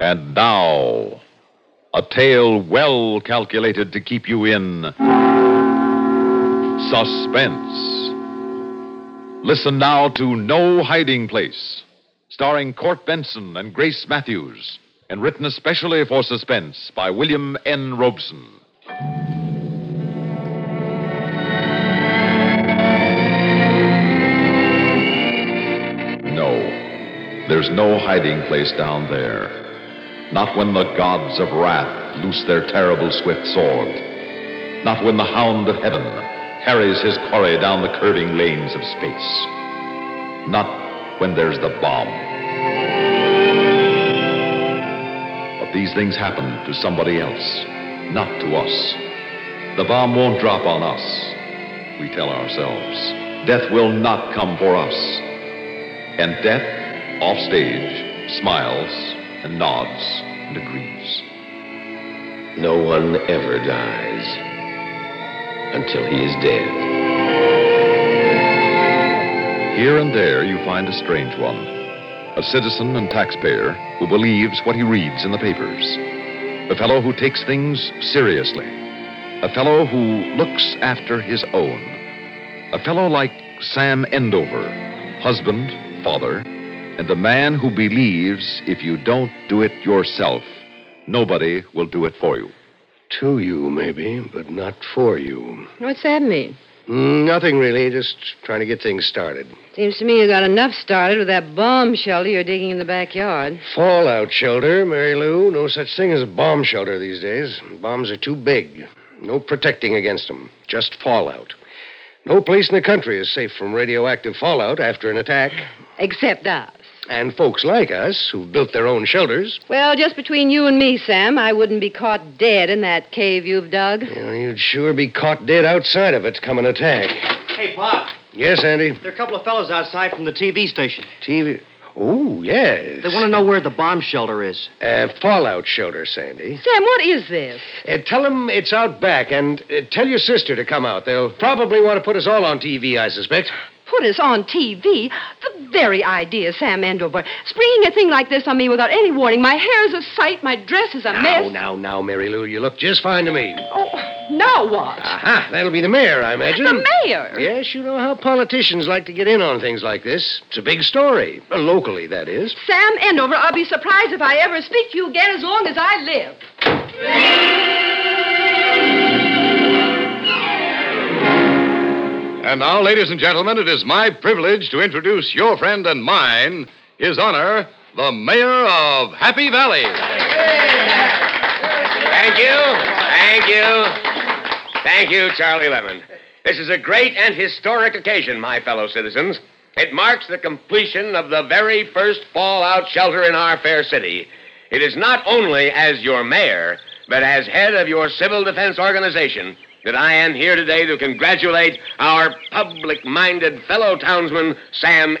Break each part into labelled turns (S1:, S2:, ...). S1: And now, a tale well calculated to keep you in suspense. Listen now to No Hiding Place, starring Court Benson and Grace Matthews, and written especially for suspense by William N. Robeson. No, there's no hiding place down there. Not when the gods of wrath loose their terrible swift sword. Not when the hound of heaven harries his quarry down the curving lanes of space. Not when there's the bomb. But these things happen to somebody else, not to us. The bomb won't drop on us, we tell ourselves. Death will not come for us. And death, offstage, smiles and nods and agrees.
S2: No one ever dies until he is dead.
S1: Here and there you find a strange one a citizen and taxpayer who believes what he reads in the papers, a fellow who takes things seriously, a fellow who looks after his own, a fellow like Sam Endover, husband, father, and a man who believes if you don't do it yourself, nobody will do it for you.
S2: To you, maybe, but not for you.
S3: What's that mean?
S2: Mm, Nothing really, just trying to get things started.
S3: Seems to me you got enough started with that bomb shelter you're digging in the backyard.
S2: Fallout shelter, Mary Lou. No such thing as a bomb shelter these days. Bombs are too big. No protecting against them, just fallout. No place in the country is safe from radioactive fallout after an attack.
S3: Except us.
S2: And folks like us, who've built their own shelters,
S3: Well, just between you and me, Sam, I wouldn't be caught dead in that cave you've dug.
S2: you know, you'd sure be caught dead outside of it come an attack.
S4: Hey, Pop,
S2: Yes, Andy?
S4: there are a couple of fellows outside from the TV station.
S2: TV. Oh, yes.
S4: They want to know where the bomb shelter is.
S2: Uh, fallout shelter, Sandy.
S3: Sam, what is this?
S2: Uh, tell them it's out back, and uh, tell your sister to come out. They'll probably want to put us all on TV, I suspect.
S3: Put us on TV? The very idea, Sam Endover. Springing a thing like this on me without any warning. My hair's a sight, my dress is a
S2: Now,
S3: mess.
S2: now, now, Mary Lou, you look just fine to me.
S3: Oh, now what?
S2: Aha, that'll be the mayor, I imagine.
S3: the mayor.
S2: Yes, you know how politicians like to get in on things like this. It's a big story. Uh, locally, that is.
S3: Sam Endover, I'll be surprised if I ever speak to you again as long as I live.
S5: And now, ladies and gentlemen, it is my privilege to introduce your friend and mine, His Honor, the Mayor of Happy Valley.
S6: Thank you. Thank you. Thank you, Charlie Lemon. This is a great and historic occasion, my fellow citizens. It marks the completion of the very first fallout shelter in our fair city. It is not only as your mayor, but as head of your civil defense organization that I am here today to congratulate our public minded fellow townsman, Sam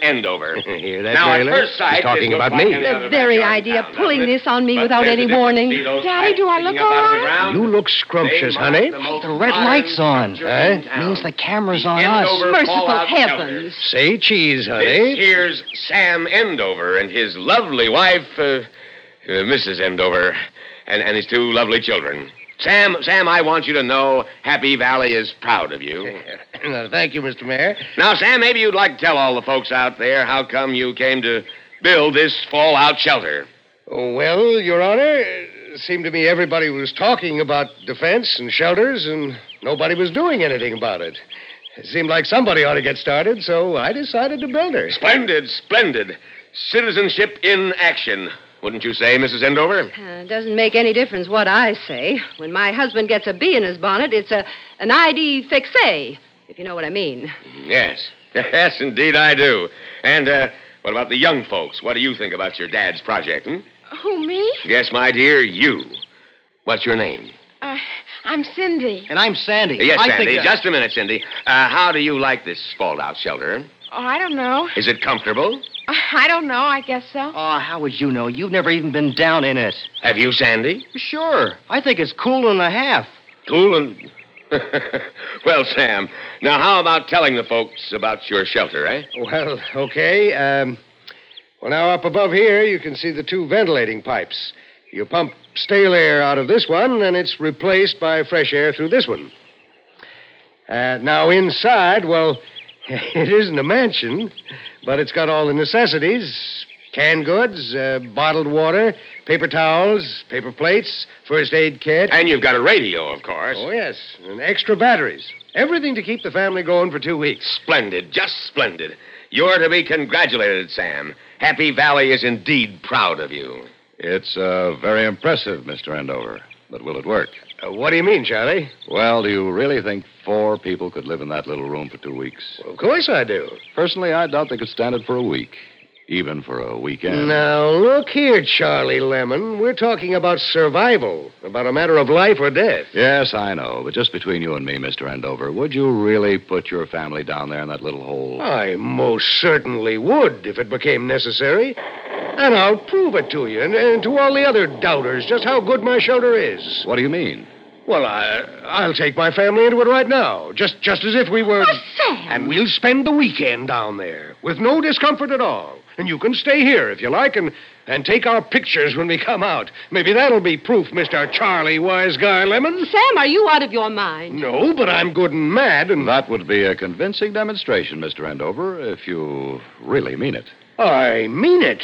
S6: Endover.
S2: Hear that,
S6: now,
S2: Mary Lou?
S6: at first
S2: She's
S6: sight,
S2: talking
S6: this looks
S2: about
S6: like
S2: me.
S6: any
S2: The
S6: other
S3: The very
S6: backyard
S3: idea
S6: town,
S3: of pulling
S6: doesn't it?
S3: this on me
S6: But
S3: without
S6: there's a
S3: any
S6: difference.
S3: warning.
S6: See those
S3: Daddy, do I
S6: pipes
S3: look
S6: sticking up out of the
S3: all right?
S6: ground?
S2: You look scrumptious, honey.
S6: The
S4: red light's on.
S2: Huh?
S4: Means the camera's on us.
S3: Merciful heavens.
S2: Say cheese,
S6: This
S2: honey.
S6: here's Sam Endover and his lovely wife, uh, uh, Mrs. Endover, and, and his two lovely children. Sam, Sam, I want you to know Happy Valley is proud of you.
S2: Now, Thank you, Mr. Mayor.
S6: now, Sam, maybe you'd like to tell all the folks out there how come you came to build this fallout shelter.
S2: Well, Your Honor, it seemed to me everybody was talking about defense and shelters, and nobody was doing anything about it. It seemed like somebody ought to get started, so I decided to build her.
S6: Splendid, splendid. Citizenship in action, wouldn't you say, Mrs. Endover?
S3: Uh, it doesn't make any difference what I say. When my husband gets a bee in his bonnet, it's a an ID fixe, if you know what I mean.
S6: Yes. Yes, indeed I do. And uh, what about the young folks? What do you think about your dad's project? Hmm?
S7: Who, me?
S6: Yes, my dear, you. What's your name?
S7: Uh, I'm Cindy.
S4: And I'm Sandy.
S6: Yes,
S4: I
S6: Sandy.
S4: Think, uh,
S6: Just a minute, Cindy. Uh, how do you like this fallout shelter?
S7: Oh, I don't know.
S6: Is it comfortable?
S7: Uh, I don't know. I guess so.
S4: Oh, how would you know? You've never even been down in it.
S6: Have you, Sandy?
S4: Sure. I think it's cool and a half.
S6: Cool and. well, Sam, now how about telling the folks about your shelter, eh?
S2: Well, okay. Um, Well, now up above here, you can see the two ventilating pipes. You pump stale air out of this one, and it's replaced by fresh air through this one. Uh, now, inside, well, it isn't a mansion, but it's got all the necessities canned goods, uh, bottled water, paper towels, paper plates, first aid kit.
S6: And you've got a radio, of course.
S2: Oh, yes, and extra batteries. Everything to keep the family going for two weeks.
S6: Splendid, just splendid. You're to be congratulated, Sam. Happy Valley is indeed proud of you.
S1: It's uh, very impressive, Mr. Endover. But will it work?
S2: Uh, what do you mean, Charlie?
S1: Well, do you really think four people could live in that little room for two weeks?
S2: Well, of course I do.
S1: Personally, I doubt they could stand it for a week, even for a weekend.
S2: Now, look here, Charlie Lemon. We're talking about survival, about a matter of life or death.
S1: Yes, I know, but just between you and me, Mr. Endover, would you really put your family down there in that little hole?
S2: I most certainly would if it became necessary. And I'll prove it to you and, and to all the other doubters just how good my shelter is.
S1: What do you mean?
S2: Well, I, I'll take my family into it right now, just, just as if we were.
S3: Oh, Sam!
S2: And we'll spend the weekend down there with no discomfort at all. And you can stay here if you like and, and take our pictures when we come out. Maybe that'll be proof, Mr. Charlie Wise Guy Lemon.
S3: Sam, are you out of your mind?
S2: No, but I'm good and mad and.
S1: That would be a convincing demonstration, Mr. Endover, if you really mean it.
S2: I mean it.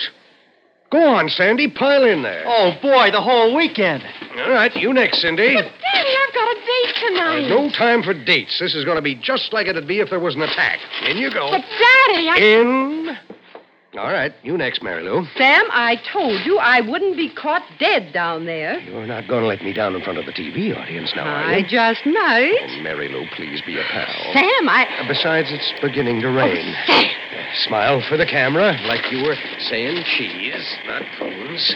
S2: Go on, Sandy, pile in there.
S4: Oh, boy, the whole weekend.
S2: All right, you next, Cindy.
S7: Daddy, I've got a date tonight.
S2: No time for dates. This is going to be just like it'd be if there was an attack. In you go.
S7: But, Daddy, I.
S2: In. All right, you next, Mary Lou.
S3: Sam, I told you I wouldn't be caught dead down there.
S2: You're not going to let me down in front of the TV audience now, are
S3: I
S2: you?
S3: just might.
S2: Oh, Mary Lou, please be a pal.
S3: Sam, I.
S2: Uh, Besides, it's beginning to rain. Uh, Smile for the camera, like you were saying cheese, not phones.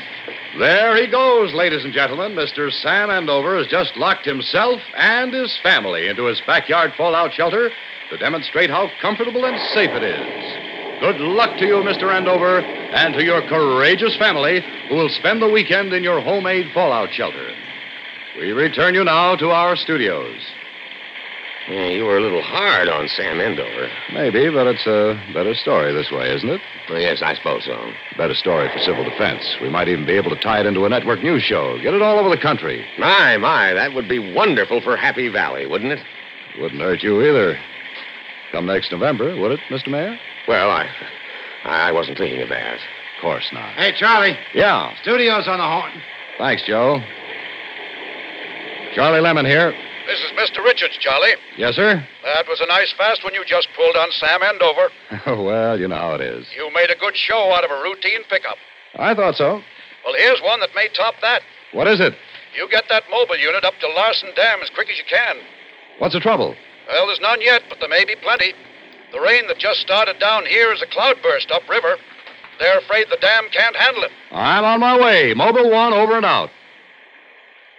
S1: There he goes, ladies and gentlemen. Mr. Sam Andover has just locked himself and his family into his backyard fallout shelter to demonstrate how comfortable and safe it is. Good luck to you, Mr. Andover, and to your courageous family who will spend the weekend in your homemade fallout shelter. We return you now to our studios.
S6: Yeah, you were a little hard on Sam Endover.
S1: Maybe, but it's a better story this way, isn't it?
S6: Well, yes, I suppose so.
S1: Better story for civil defense. We might even be able to tie it into a network news show, get it all over the country.
S6: My, my, that would be wonderful for Happy Valley, wouldn't it?
S1: Wouldn't hurt you either. Come next November, would it, Mr. Mayor?
S6: Well, I. I wasn't thinking of that.
S1: Of course not.
S8: Hey, Charlie,
S1: Yeah.
S8: studio's on the horn.
S1: Thanks, Joe. Charlie Lemon here.
S9: This is Mr. Richards, Charlie.
S1: Yes, sir?
S9: That was a nice fast one you just pulled on Sam Endover.
S1: well, you know how it is.
S9: You made a good show out of a routine pickup.
S1: I thought so.
S9: Well, here's one that may top that.
S1: What is it?
S9: You get that mobile unit up to Larson Dam as quick as you can.
S1: What's the trouble?
S9: Well, there's none yet, but there may be plenty. The rain that just started down here is a cloudburst upriver. They're afraid the dam can't handle it.
S1: I'm on my way. Mobile one over and out.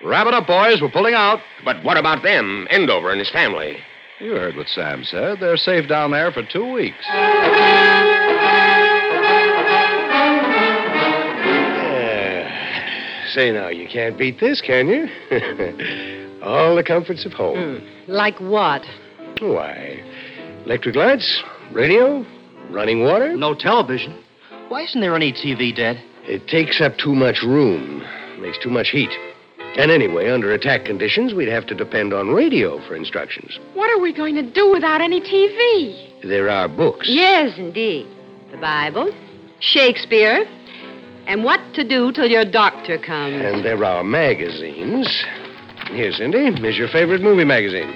S1: Wrap it up, boys. We're pulling out.
S6: But what about them, Endover and his family?
S1: You heard what Sam said. They're safe down there for two weeks.
S2: Uh, Say now, you can't beat this, can you? All the comforts of home.
S3: Like what?
S1: Hmm.
S2: Why? Electric lights, radio, running water.
S4: No television. Why isn't there any TV, Dad?
S2: It takes up too much room, makes too much heat. And anyway, under attack conditions, we'd have to depend on radio for instructions.
S7: What are we going to do without any TV?
S2: There are books.
S3: Yes, indeed. The Bible, Shakespeare, and what to do till your doctor comes.
S2: And there are magazines. Here, Cindy, is your favorite movie magazine.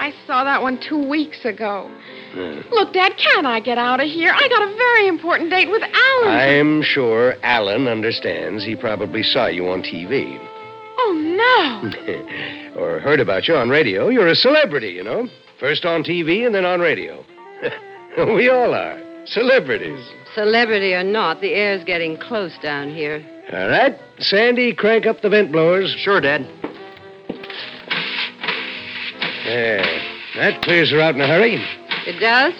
S7: I saw that one two weeks ago.
S2: Hmm.
S7: Look, Dad, can I get out of here? I got a very important date with Alan.
S2: I'm sure Alan understands. He probably saw you on TV.
S7: Oh,
S2: Mm.
S7: no.
S2: or heard about you on radio. You're a celebrity, you know. First on TV and then on radio. we all are. Celebrities.
S3: Celebrity or not, the air's getting close down here.
S2: All right. Sandy, crank up the vent blowers.
S4: Sure, Dad.
S2: There. Uh, That clears her out in a hurry.
S3: It does?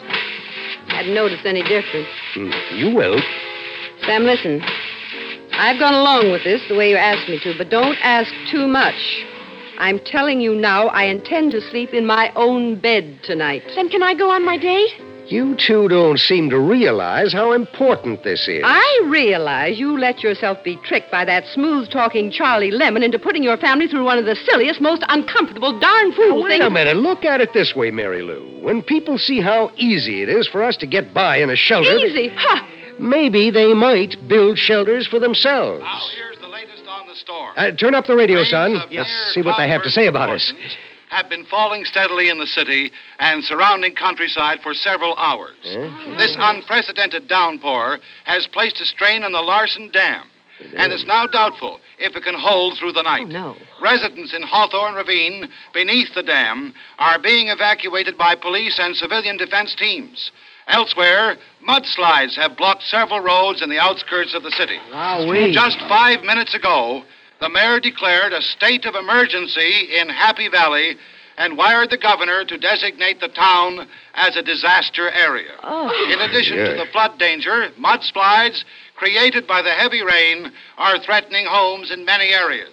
S3: Hadn't noticed any difference.
S2: Hmm, You will.
S3: Sam, listen. I've gone along with this the way you asked me to, but don't ask too much. I'm telling you now, I intend to sleep in my own bed tonight.
S7: Then can I go on my date?
S2: You two don't seem to realize how important this is.
S3: I realize you let yourself be tricked by that smooth talking Charlie Lemon into putting your family through one of the silliest, most uncomfortable, darn fool
S2: Wait
S3: things.
S2: a minute. Look at it this way, Mary Lou. When people see how easy it is for us to get by in a shelter,
S3: Easy. Huh.
S2: maybe they might build shelters for themselves.
S10: Now, here's the latest on the storm.
S2: Uh, turn up the radio, son.
S10: Rains of
S2: Let's
S10: near
S2: see what they have to say about us.
S10: proportions Have been falling steadily in the city and surrounding countryside for several hours. This unprecedented downpour has placed a strain on the Larson Dam, and it's now doubtful if it can hold through the night.
S3: No.
S10: Residents in Hawthorne Ravine, beneath the dam, are being evacuated by police and civilian defense teams. Elsewhere, mudslides have blocked several roads in the outskirts of the city. Just five minutes ago, the mayor declared a state of emergency in Happy Valley and wired the governor to designate the town as a disaster area. In addition to the flood danger, mudslides created by the heavy rain are threatening homes in many areas.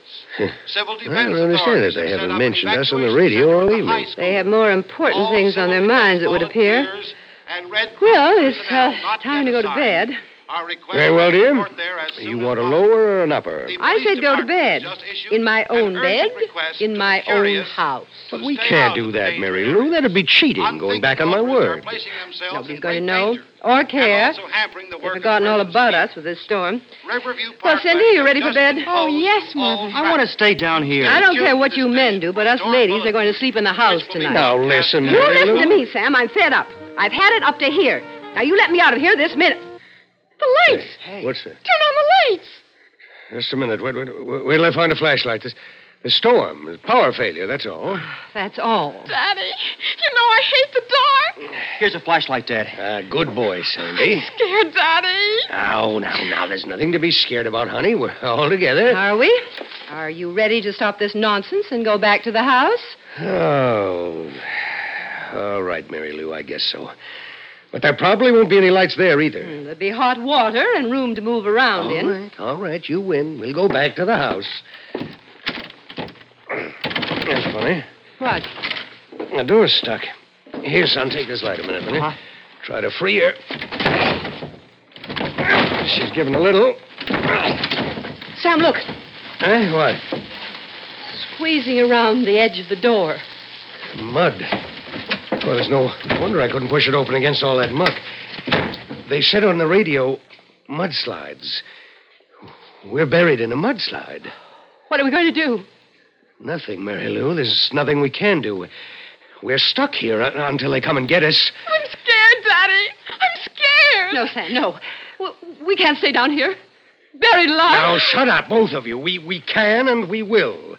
S10: Civil defense
S2: I don't understand
S10: authorities
S2: that they
S10: have set
S2: haven't
S10: up
S2: mentioned us on the
S10: evacuation
S2: radio all
S10: centers for
S2: evening.
S10: high school
S3: They have more important
S10: all
S3: things on their minds, it would appear.
S10: volunteers and Red Cross
S3: Well, it's
S10: personnel
S3: uh,
S10: not
S3: time to
S10: yet
S3: go to
S10: assigned
S3: bed.
S10: are requested
S2: Very well,
S10: to
S2: dear.
S10: report there as
S2: You
S10: soon
S2: want a
S10: as
S2: lower or an upper?
S10: possible. The
S3: I
S10: police
S3: said go to
S10: department
S3: bed.
S10: just issued
S3: In my
S10: an
S3: own bed.
S10: urgent request
S3: In
S10: to
S3: my own
S10: curious
S3: house.
S10: to
S2: We
S10: stay
S2: can't
S10: out
S2: do
S10: of the
S2: that,
S10: danger
S2: Mary
S10: area.
S2: Lou. That'd be cheating, going back on my
S10: Unthinkable
S2: word.
S10: others are placing themselves
S3: Nobody's
S10: in
S3: going to
S10: great
S3: know
S10: danger
S3: or
S10: and
S3: care.
S10: also hampering the
S3: They've
S10: work of
S3: forgotten all
S10: emergency
S3: about us with this storm.
S10: Riverview
S3: Well,
S10: Park
S3: Cindy, you ready for
S10: just
S3: bed?
S10: imposed
S7: Oh, yes,
S10: all
S7: Mother.
S4: I want to
S10: traffic
S4: stay down here.
S3: I don't
S10: you
S3: care
S10: to
S3: what
S10: the
S3: you
S10: station.
S3: men do, but us
S10: Door
S3: ladies
S10: bulletin.
S3: are going to sleep in the house
S10: will be
S3: tonight.
S2: Now, listen,
S3: You
S2: Mary
S3: listen
S2: Lou.
S3: to me, Sam. I'm fed up. I've had it up to here. Now you let me out of here this minute.
S7: The lights!
S2: What's that?
S7: Turn on the lights!
S2: Just a minute. Wait, wait, wait, wait till I find a flashlight. This, the storm, the power failure, that's all.
S3: That's all.
S7: Daddy, you know I hate the dark.
S4: Here's a flashlight, Dad.
S2: Ah, good boy, Sandy.
S7: Scared, Daddy.
S2: Now, now, now, there's nothing to be scared about, honey. We're all together.
S3: Are we? Are you ready to stop this nonsense and go back to the house?
S2: Oh. All right, Mary Lou, I guess so. But there probably won't be any lights there either.
S3: There'll Hmm, be hot water and room to move around
S2: All
S3: in.
S2: right, all right, you win. We'll go back to the house. That's funny.
S3: What?
S2: The door's stuck. Here, son, take this light a minute, will
S3: Uh-huh.
S2: you? Try to free her. She's giving a little.
S3: Sam, look.
S2: Eh? What?
S3: Squeezing around the edge of the door.
S2: Mud. Well, there's no wonder I couldn't push it open against all that muck. They said on the radio, mudslides. We're buried in a mudslide.
S3: What are we going to do?
S2: Nothing, Mary Lou. There's nothing we can do. We're stuck here un- until they come and get us.
S7: I'm scared, Daddy. I'm scared.
S3: No, Sam, no. We, we can't stay down here. Buried
S2: Now,
S3: alive.
S2: shut up, both of you. We, we can and we will.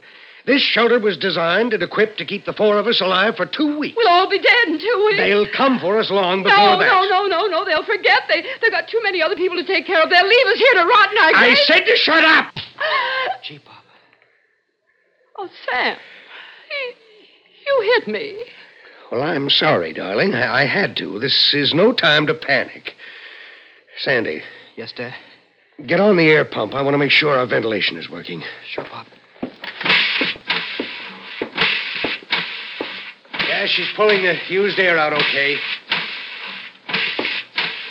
S2: This shelter was designed and equipped to keep the four of us alive for two weeks.
S3: We'll all be dead in two weeks.
S2: They'll come for us long before
S3: no,
S2: that.
S3: no, no, no, no. They'll forget. They, they've got too many other people to take care of. They'll leave us here to rot in our
S2: I
S3: grave.
S2: said to shut up!
S4: Gee, Pop.
S3: Oh, Sam. You, you hit me.
S2: Well, I'm sorry, darling. I, I had to. This is no time to panic. Sandy,
S4: Yes, Dad.
S2: get on the air pump. I want to make sure our ventilation is working.
S4: Sure, Pop.
S2: Yeah, she's pulling the used air out okay.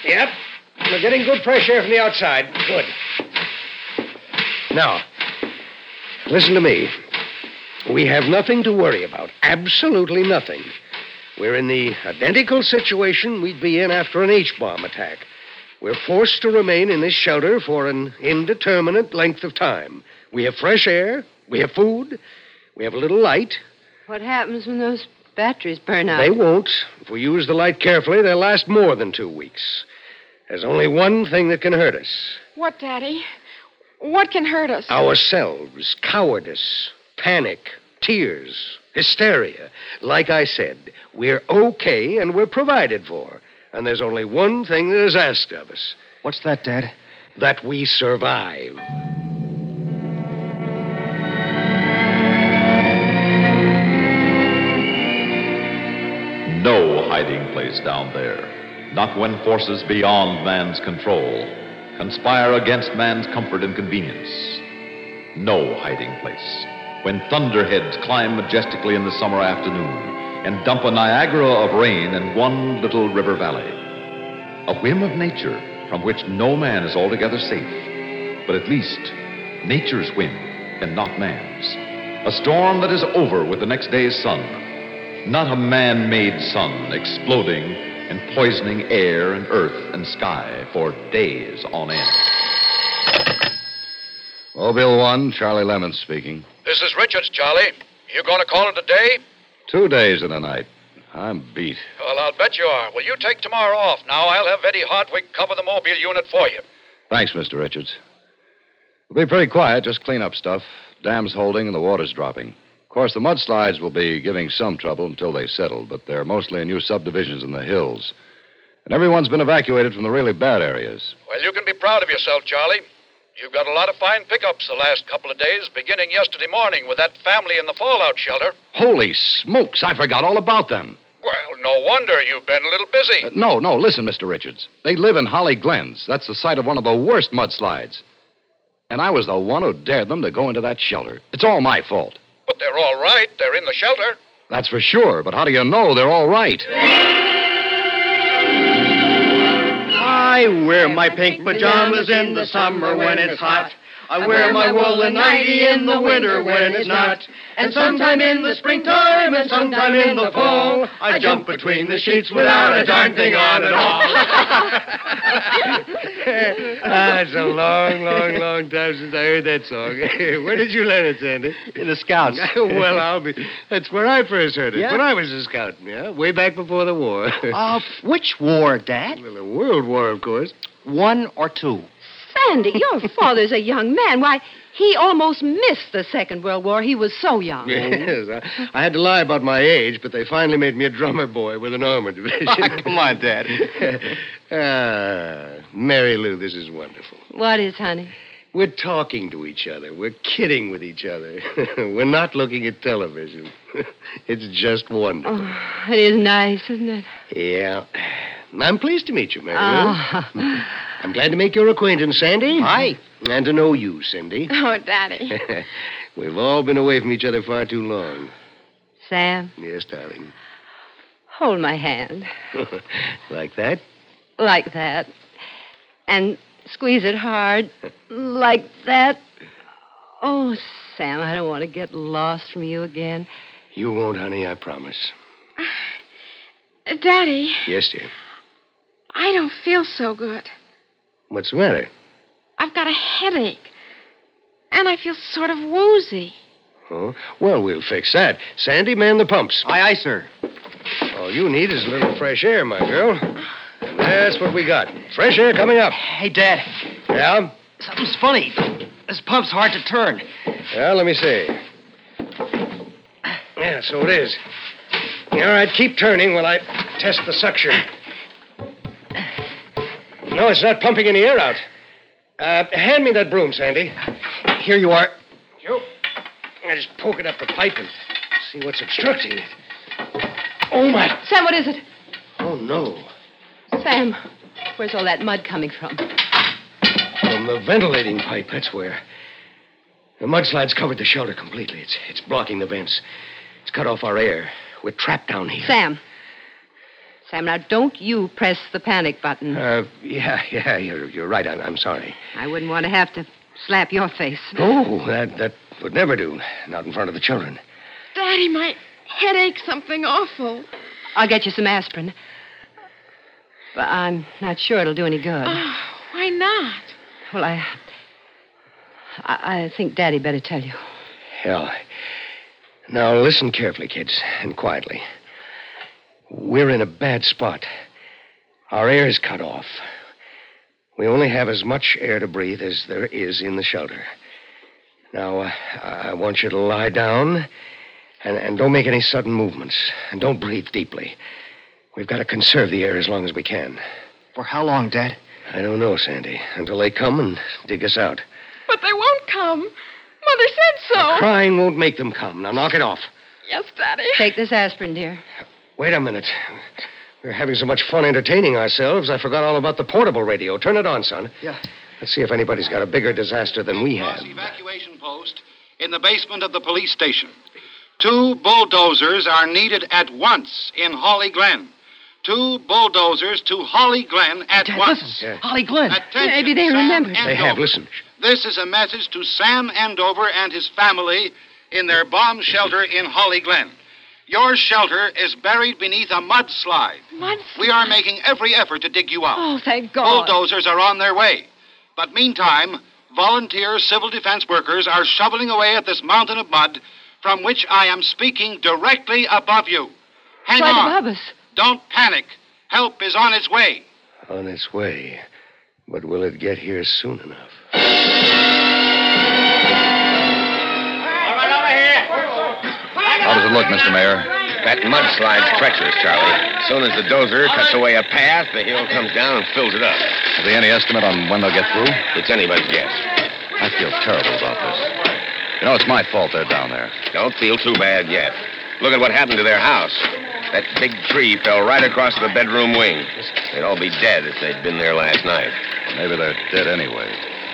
S2: Yep. We're getting good fresh air from the outside. Good. Now, listen to me. We have nothing to worry about. Absolutely nothing. We're in the identical situation we'd be in after an H bomb attack. We're forced to remain in this shelter for an indeterminate length of time. We have fresh air, we have food, we have a little light,
S3: What happens when those batteries burn out?
S2: they won't. If we use the light carefully, they'll last more than two weeks. There's only one thing that can hurt us
S7: What, Daddy? What can hurt us?
S2: ourselves, cowardice, panic, tears, hysteria. Like I said, we're okay and we're provided for. And there's only one thing that is asked of us
S4: What's that, Dad?
S2: that we survive.
S1: No hiding place down there. Not when forces beyond man's control conspire against man's comfort and convenience. No hiding place. When thunderheads climb majestically in the summer afternoon and dump a Niagara of rain in one little river valley. a whim of nature from which no man is altogether safe. But at least, nature's whim and not man's. A storm that is over with the next day's sun. Not a man made sun exploding and poisoning air and earth and sky for days on end.
S5: Mobile One, Charlie Lemon speaking.
S11: This is Richards, Charlie. You going to call it a day?
S5: Two days and a night. I'm beat.
S11: Well, I'll bet you are. Will you take tomorrow off? Now I'll have Eddie Hartwig cover the mobile unit for you.
S5: Thanks, Mr. Richards. It'll be pretty quiet, just clean up stuff. Dam's holding and the water's dropping. Of course, the mudslides will be giving some trouble until they settle, but they're mostly in new subdivisions in the hills. And everyone's been evacuated from the really bad areas.
S11: Well, you can be proud of yourself, Charlie. You've got a lot of fine pickups the last couple of days, beginning yesterday morning with that family in the fallout shelter.
S5: Holy smokes, I forgot all about them.
S11: Well, no wonder you've been a little busy.
S5: Uh, no, no, listen, Mr. Richards. They live in Holly Glens. That's the site of one of the worst mudslides. And I was the one who dared them to go into that shelter. It's all my fault.
S11: But they're all right. They're in the shelter.
S5: That's for sure, but how do you know they're all right?
S4: I wear my pink pajamas in the summer when it's hot. I wear my woolen nightie in the winter when it's not. And sometime in the springtime and sometime in the fall, I jump between the sheets without a darn thing on at all.
S2: ah, it's a long, long, long time since I heard that song. where did you learn it, Sandy?
S4: In the Scouts.
S2: well, I'll be. That's where I first heard it.
S4: Yeah?
S2: When I was a scout, yeah, way back before the war.
S4: Uh, which war, Dad?
S2: well, the World War, of course.
S4: One or two?
S3: Sandy, your father's a young man. Why, he almost missed the Second World War. He was so young.
S2: Yes, I, I had to lie about my age, but they finally made me a drummer boy with an armored division.
S4: Come on, Dad.
S2: ah, Mary Lou, this is wonderful.
S3: What is, honey?
S2: We're talking to each other. We're kidding with each other. We're not looking at television. it's just wonderful.
S3: Oh, it is nice, isn't it?
S2: Yeah. I'm pleased to meet you, Mary Lou.
S3: Ah.
S2: I'm glad to make your acquaintance, Sandy.
S4: Hi.
S2: And to know you, Cindy.
S7: Oh, Daddy.
S2: We've all been away from each other far too long.
S3: Sam,
S2: Yes, darling.
S3: hold my hand
S2: like that?
S3: like that. And squeeze it hard like that. Oh, Sam, I don't want to get lost from you again.
S2: You won't, honey, I promise.
S7: Daddy,
S2: Yes, dear.
S7: I don't feel so good.
S2: What's the matter?
S7: I've got a headache. And I feel sort of woozy.
S2: Oh, well, we'll fix that. Sandy, man the pumps.
S4: Aye, aye, sir.
S2: All you need is a little fresh air, my girl. And that's what we got. Fresh air coming up.
S4: Hey, Dad.
S2: Yeah?
S4: Something's funny. This pump's hard to turn.
S2: Well, let me see. Yeah, so it is. All right, keep turning while I test the suction. No, it's not pumping any air out. Uh, hand me that broom, Sandy.
S4: Here you are.
S2: You. I just poke it up the pipe and see what's obstructing it. Oh, my.
S3: Sam, what is it?
S2: Oh, no.
S3: Sam, where's all that mud coming from?
S2: From the ventilating pipe, that's where. The mudslides covered the shelter completely. It's, it's blocking the vents. It's cut off our air. We're trapped down here.
S3: Sam. Sam, now don't you press the panic button.
S2: Uh, yeah, yeah, you're, you're right. I'm, I'm sorry.
S3: I wouldn't want to have to slap your face.
S2: Oh, that, that would never do. Not in front of the children.
S7: Daddy, my headache's something awful.
S3: I'll get you some aspirin. But I'm not sure it'll do any good.
S7: Oh, why not?
S3: Well, I. I, I think Daddy better tell you.
S2: Hell. Now, listen carefully, kids, and quietly. We're in a bad spot. Our air's cut off. We only have as much air to breathe as there is in the shelter. Now, uh, I I want you to lie down and, and don't make any sudden movements. And don't breathe deeply. We've got to conserve the air as long as we can.
S4: For how long, Dad?
S2: I don't know, Sandy, until they come and dig us out.
S7: But they won't come. Mother said so.
S2: Crying won't make them come. Now, knock it off.
S7: Yes, Daddy.
S3: Take this aspirin, dear.
S2: Wait a minute. We are having so much fun entertaining ourselves, I forgot all about the portable radio. Turn it on, son.
S4: Yeah.
S2: Let's see if anybody's got a bigger disaster than we have.
S10: Cross evacuation post in the basement of the police station. Two bulldozers are needed at once in Holly Glen. two bulldozers to Holly Glen at
S4: Dad,
S10: once.
S4: listen. Holly Glenn.
S10: Attention,
S3: Maybe they
S10: Sam
S3: remembered. They
S10: Andover.
S2: They have. Listen.
S10: This is a message to Sam Andover and his family in their bomb shelter in Holly Glen. Your shelter is buried beneath a mudslide.
S7: Mud.
S10: We are making every effort to dig you out.
S3: Oh, thank God.
S10: Bulldozers are on their way. But meantime, volunteer civil defense workers are shoveling away at this mountain of mud from which I am speaking directly above you. Hang
S3: right
S10: on.
S3: above us.
S10: Don't panic. Help is on its way.
S2: On its way. But will it get here soon enough?
S6: All right, over here.
S1: How does it look, Mr. Mayor?
S6: That mudslide's treacherous, Charlie. As soon as the dozer cuts away a path, the hill comes down and fills it up.
S1: Have they any estimate on when they'll get through?
S6: It's anybody's guess.
S1: I feel terrible about this. You know, it's my fault they're down there.
S6: Don't feel too bad yet. Look at what happened to their house. That big tree fell right across the bedroom wing. They'd all be dead if they'd been there last night.
S1: Maybe they're dead anyway.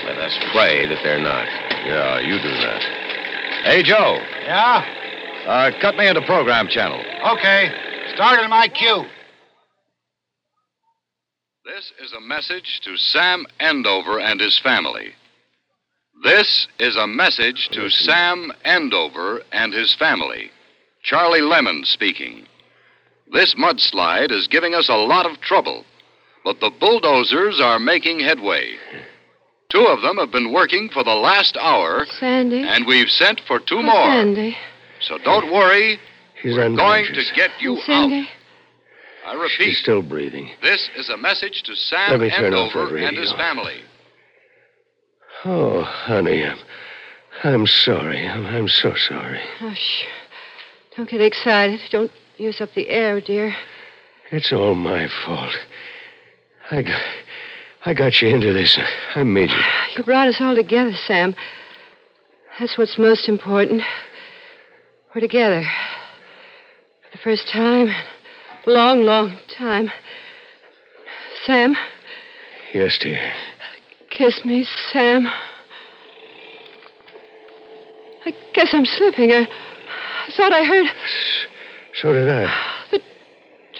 S6: Let us pray that they're not.
S1: Yeah, you do that. Hey, Joe,
S10: Yeah?
S1: uh, cut me into program channel.
S10: Okay. Started my cue.
S11: This is a message to Sam Endover and his family. This is a message to Sam Endover and his family. Charlie Lemon speaking. This mudslide is giving us a lot of trouble, but the bulldozers are making headway. Two of them have been working for the last hour,
S3: Sandy.
S11: and we've sent for two
S3: Oh,
S11: more.
S3: Sandy.
S11: So don't worry,
S2: She's
S11: going to
S2: unconscious.
S11: get you out.
S3: Oh, Sandy.
S11: I repeat,
S2: She's still breathing.
S11: this is a message to Sam
S2: Let me turn off
S11: Endover
S2: that
S11: and his
S2: radio.
S11: family.
S2: Oh, honey, I'm, I'm sorry. I'm, I'm so sorry.
S3: Hush. Don't get excited. Don't use up the air, dear.
S2: It's all my fault. I got, I got you into this. I made you.
S3: You brought us all together, Sam. That's what's most important. We're together. For the first time. Long, long time. Sam,
S2: Yes, dear.
S3: kiss me, Sam. I guess I'm slipping. I, I thought I heard
S2: So did I.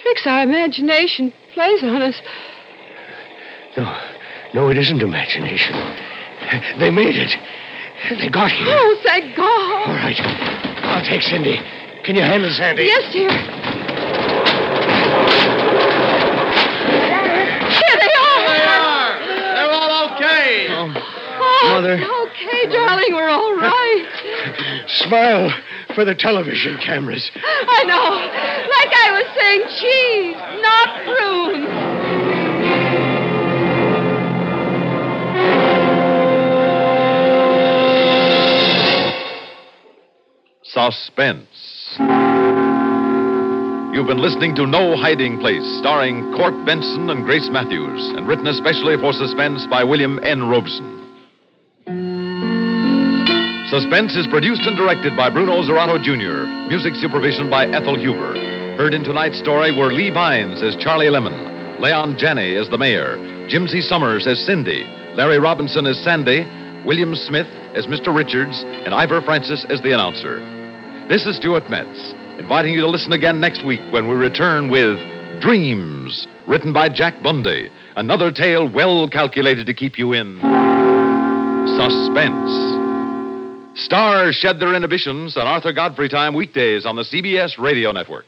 S3: tricks our imagination plays on us.
S2: No, no, it isn't imagination. They made it. They got here.
S3: Oh, thank
S2: All
S3: God.
S2: right. I'll take Cindy. Can you handle Sandy?
S3: Yes, dear. Here they are.
S5: They're all okay.
S3: Oh,
S2: Mother.
S3: Okay, darling, we're all right.
S2: Smile for the television cameras.
S3: I know. Like I was saying, cheese, not prunes.
S1: Suspense. You've been listening to No Hiding Place, starring Court Benson and Grace Matthews, and written especially for Suspense by William N. Robeson. Suspense is produced and directed by Bruno Zerato Jr., music supervision by Ethel Huber. Heard in tonight's story were Lee Vines as Charlie Lemon, Leon Janney as the mayor, Jimsy Summers as Cindy, Larry Robinson as Sandy, William Smith as Mr. Richards, and Ivor Francis as the announcer. This is Stuart Metz, inviting you to listen again next week when we return with Dreams, written by Jack Bundy. Another tale well calculated to keep you in suspense. Stars shed their inhibitions on Arthur Godfrey Time weekdays on the CBS Radio Network.